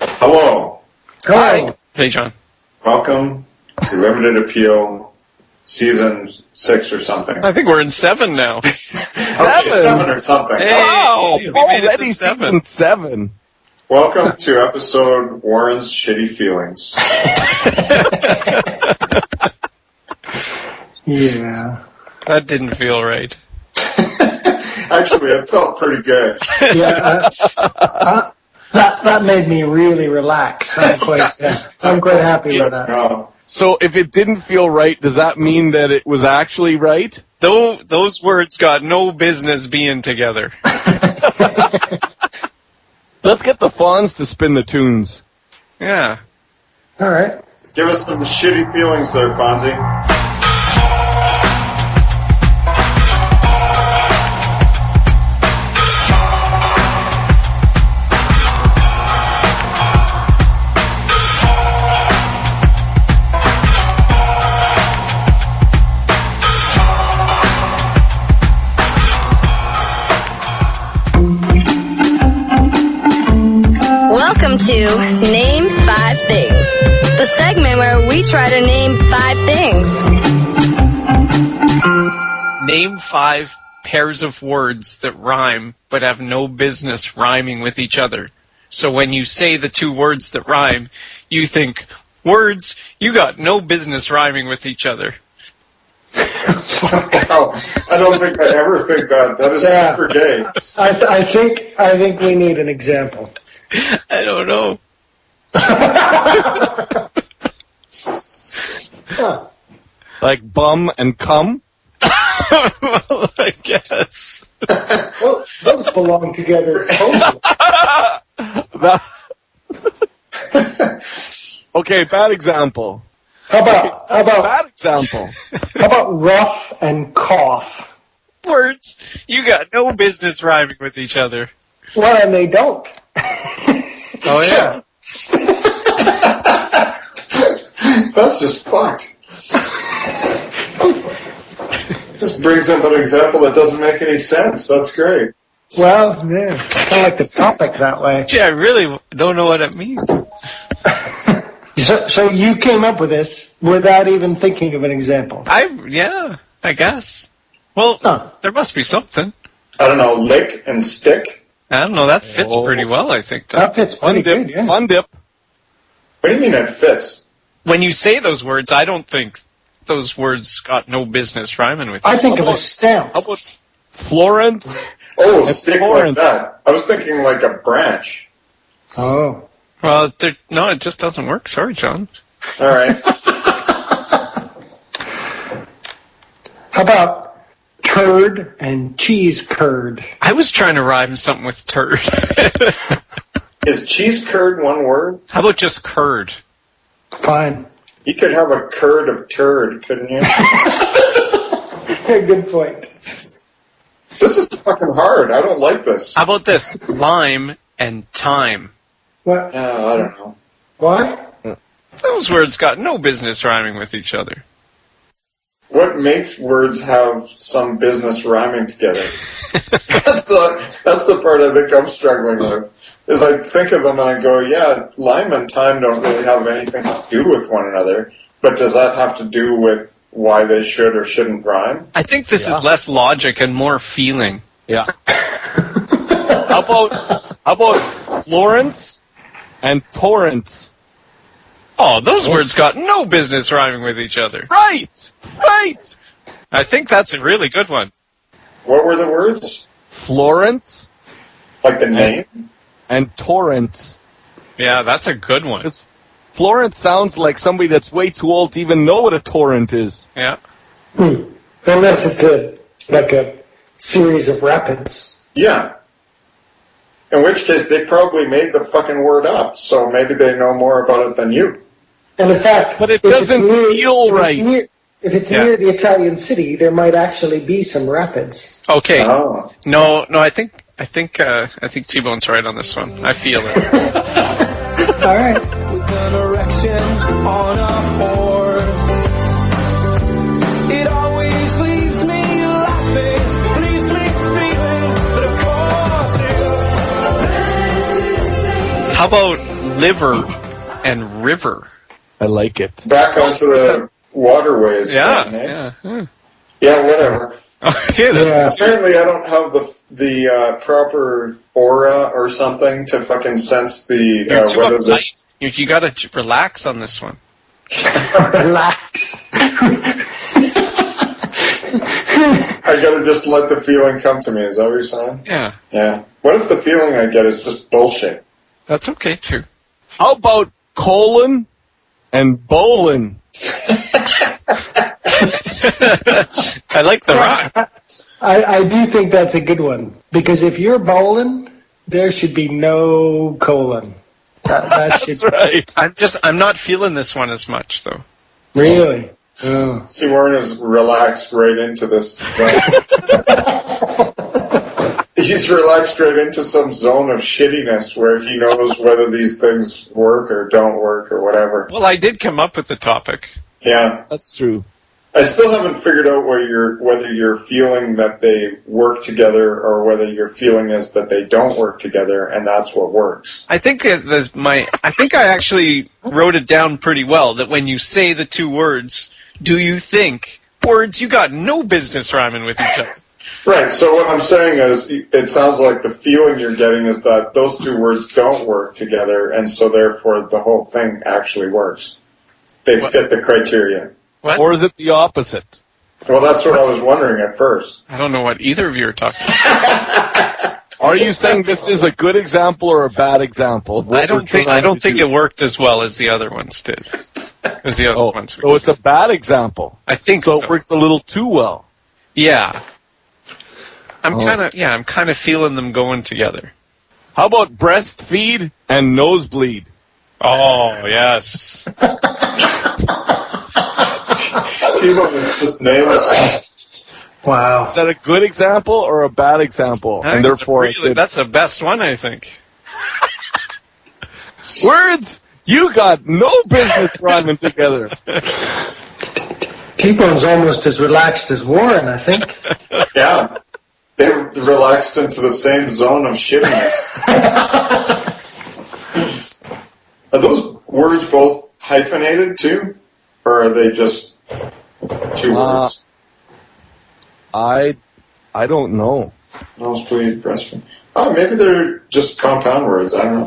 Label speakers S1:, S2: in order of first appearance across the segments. S1: Hello.
S2: Oh,
S3: Hi.
S4: Hey, John.
S1: Welcome to Limited Appeal Season 6 or something.
S4: I think we're in seven now.
S1: Okay, seven or something.
S4: Hey.
S3: wow!
S4: we made it to
S3: Oh, Already
S4: seven.
S3: season seven.
S1: Welcome to episode Warren's Shitty Feelings.
S2: Yeah.
S4: That didn't feel right.
S1: Actually, it felt pretty good.
S2: Yeah. uh, uh, that that made me really relax. I'm quite yeah, I'm quite happy with that.
S1: Uh,
S3: So if it didn't feel right, does that mean that it was actually right?
S4: Though those words got no business being together.
S3: Let's get the fawns to spin the tunes.
S4: Yeah.
S2: All right.
S1: give us some shitty feelings there, Fonzie.
S5: Welcome to Name Five Things, the segment where we try to name five things.
S4: Name five pairs of words that rhyme but have no business rhyming with each other. So when you say the two words that rhyme, you think, words, you got no business rhyming with each other.
S1: Wow. Oh, I don't think I ever think that. That is
S2: Yeah.
S1: super gay.
S2: I th- I think I think we need an example.
S4: I don't know.
S2: Huh.
S3: Like bum and cum?
S4: well, I guess.
S2: Well, those belong together. totally.
S3: That- okay, bad example.
S2: How about how about
S3: Bad example.
S2: how about rough and cough?
S4: Words, you got no business rhyming with each other.
S2: Well, and they don't.
S4: Oh yeah.
S1: That's just fucked. this brings up an example that doesn't make any sense. That's great.
S2: Well, yeah, kind of like the topic that way.
S4: Gee, I really don't know what it means.
S2: So, so you came up with this without even thinking of an example.
S4: I yeah, I guess. Well,
S2: Huh.
S4: there must be something.
S1: I don't know, lick and stick?
S4: I don't know. That fits
S3: Oh.
S4: pretty well, I think. doesn't
S2: That fits pretty
S3: Fun
S2: good.
S3: dip.
S2: Yeah.
S3: Fun dip.
S1: What do you mean it fits?
S4: it? When you say those words, I don't think those words got no business rhyming with.
S2: I think of a stem.
S3: How about Florence?
S1: Oh,
S3: It's
S1: stick
S3: orange.
S1: like that. I was thinking like a branch.
S2: Oh.
S4: Well, there- no, it just doesn't work. Sorry, John.
S1: All right.
S2: How about turd and cheese curd?
S4: I was trying to rhyme something with turd.
S1: Is cheese curd one word?
S4: How about just curd?
S2: Fine.
S1: You could have a curd of turd, couldn't you?
S2: good point.
S1: this is fucking hard. I don't like this.
S4: How about this lime and thyme?
S2: What?
S1: No, Uh, I don't know.
S2: What?
S4: Those words got no business rhyming with each other.
S1: What makes words have some business rhyming together? that's the that's the part I think I'm struggling with. Is I think of them and I go, yeah, lime and time don't really have anything to do with one another. But does that have to do with why they should or shouldn't rhyme?
S4: I think this is less logic and more feeling.
S3: Yeah. how about how about Florence and Torrance?
S4: Oh, those words got no business rhyming with each other.
S3: Right. Right.
S4: I think that's a really good one.
S1: What were the words?
S3: Florence
S1: Like the name?
S3: and Torrance.
S4: Yeah, that's a good one.
S3: It's- Florence sounds like somebody that's way too old to even know what a torrent is.
S4: Yeah.
S2: Hmm. Unless it's a like a series of rapids.
S1: Yeah. In which case, they probably made the fucking word up, so maybe they know more about it than you.
S2: And in fact,
S3: But it
S2: if it's
S3: doesn't
S2: near,
S3: feel
S2: if it's
S3: right.
S2: near- if it's
S4: Yeah.
S2: near the Italian city, there might actually be some rapids.
S4: Okay.
S1: Oh.
S4: No, no, I think I think uh I think T Bone's right on this one. I feel it.
S2: All right.
S6: with an erection on a horse. It always leaves me laughing, leaves me feeling that of course it
S4: How about liver and river?
S3: I like it.
S1: Back onto the waterways.
S4: Yeah,
S1: thing, eh?
S4: yeah. yeah.
S1: Yeah, whatever.
S4: Okay, that's
S1: Apparently, I don't have the the uh, proper aura or something to fucking sense the
S4: you're
S1: uh,
S4: too
S1: whether the
S4: uptight. You, you gotta j- relax on this one.
S2: Relax.
S1: I gotta just let the feeling come to me. Is that what you're saying?
S4: Yeah,
S1: Yeah. What if the feeling I get is just bullshit?
S4: that's okay too.
S3: How about colon and bowling?
S4: I like the rock.
S2: I, I do think that's a good one because if you're bowling, there should be no colon. That, that should
S3: That's right.
S4: I'm just I'm not feeling this one as much though.
S2: really. Oh.
S1: See, Warren is relaxed right into this. Zone. He's relaxed right into some zone of shittiness where he knows whether these things work or don't work or whatever.
S4: Well, I did come up with the topic.
S1: Yeah.
S3: That's true.
S1: I still haven't figured out whether you're whether you're feeling that they work together or whether your feeling is that they don't work together and that's what works.
S4: I think that there's my I think I actually wrote it down pretty well that when you say the two words, do you think words you got no business rhyming with each other?
S1: Right. So what I'm saying is it sounds like the feeling you're getting is that those two words don't work together and so therefore the whole thing actually works. They
S4: What?
S1: fit the criteria.
S4: What?
S3: Or is it the opposite?
S1: Well, that's what I was wondering at first.
S4: I don't know what either of you are talking. about.
S3: Are you saying this is a good example or a bad example? of what
S4: I
S3: we're
S4: don't think
S3: trying
S4: I don't
S3: to
S4: think
S3: do?
S4: it worked as well as the other ones did. As the other
S3: Oh,
S4: ones,
S3: so it's a bad example.
S4: I think
S3: So
S4: so.
S3: it works a little too well.
S4: Yeah, I'm
S3: Oh.
S4: kind of yeah I'm kind of feeling them going together.
S3: How about breastfeed and nosebleed?
S4: Oh yes.
S1: T-Bone is just nailing it.
S2: Wow.
S3: Is that a good example or a bad example?
S4: I
S3: and
S4: think it's a
S3: therefore,
S4: really-
S3: it-
S4: that's the best one I think.
S3: words you got no business rhyming together.
S2: T-Bone's almost as relaxed as Warren, I think.
S1: Yeah. They relaxed into the same zone of shittiness. are those words both hyphenated too? Or are they just two
S3: Uh,
S1: words?
S3: I, I don't know.
S1: Nose bleed, breastfeed. Oh, maybe they're just compound words. I don't know.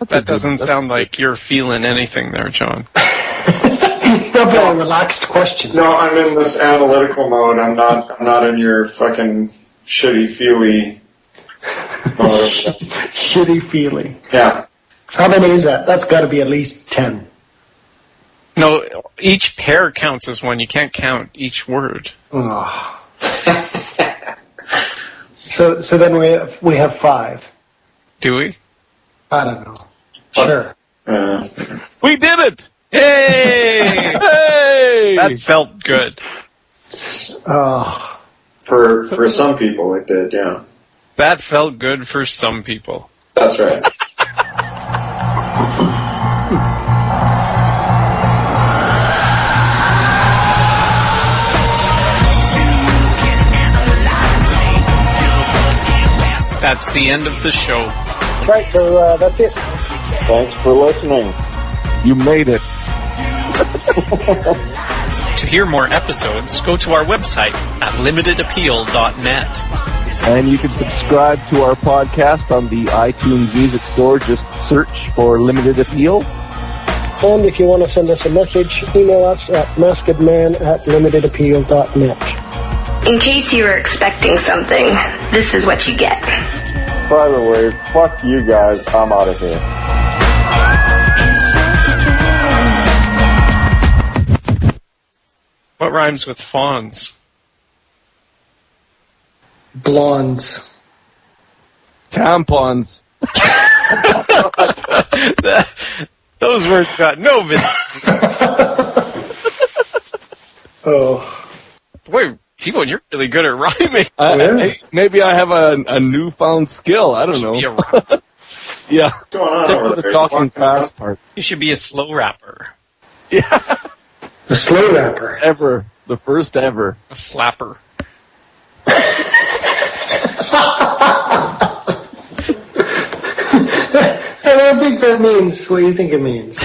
S3: That's a
S4: That
S3: good-
S4: doesn't
S3: that's-
S4: sound like you're feeling anything there, John.
S2: It's not very relaxed question.
S1: No, I'm in this analytical mode. I'm not, I'm not in your fucking shitty feely mode.
S2: Shitty feeling.
S1: Yeah.
S2: How many is that? That's got to be at least ten.
S4: No, each pair counts as one. You can't count each word.
S2: Oh. so so then we have, we have five.
S4: Do we?
S2: I don't know. Sure.
S1: Uh,
S3: We did it!
S4: Hey!
S3: Hey!
S4: that felt good.
S2: Oh.
S1: for, for some people it did, yeah.
S4: That felt good for some people.
S1: That's right.
S4: That's the end of the show.
S7: Right, so uh, that's it.
S8: Thanks for listening.
S3: you made it.
S4: To hear more episodes, go to our website at limitedappeal.net.
S3: And you can subscribe to our podcast on the iTunes Music Store. Just search for Limited Appeal.
S7: And if you want to send us a message, email us at maskedman at limitedappeal.net.
S5: In case you were expecting something, this is what you get.
S8: By the way, fuck you guys. I'm out of here.
S4: What rhymes with fawns?
S2: Blondes.
S3: Tampons.
S4: Those words got no business.
S2: Oh.
S4: Boy, T-Bone, you're really good at rhyming.
S3: I- I-
S2: Yeah.
S3: maybe I have a, a newfound skill. I don't know.
S4: You should be a rap-
S3: Yeah.
S1: What's going on
S3: Except
S1: over
S3: for the
S1: there?
S3: talking
S1: Walking
S3: fast part.
S4: you should be a slow rapper.
S3: Yeah.
S2: The slow rapper.
S3: Ever. The first ever.
S4: A slapper.
S2: I don't think that means what you think it means.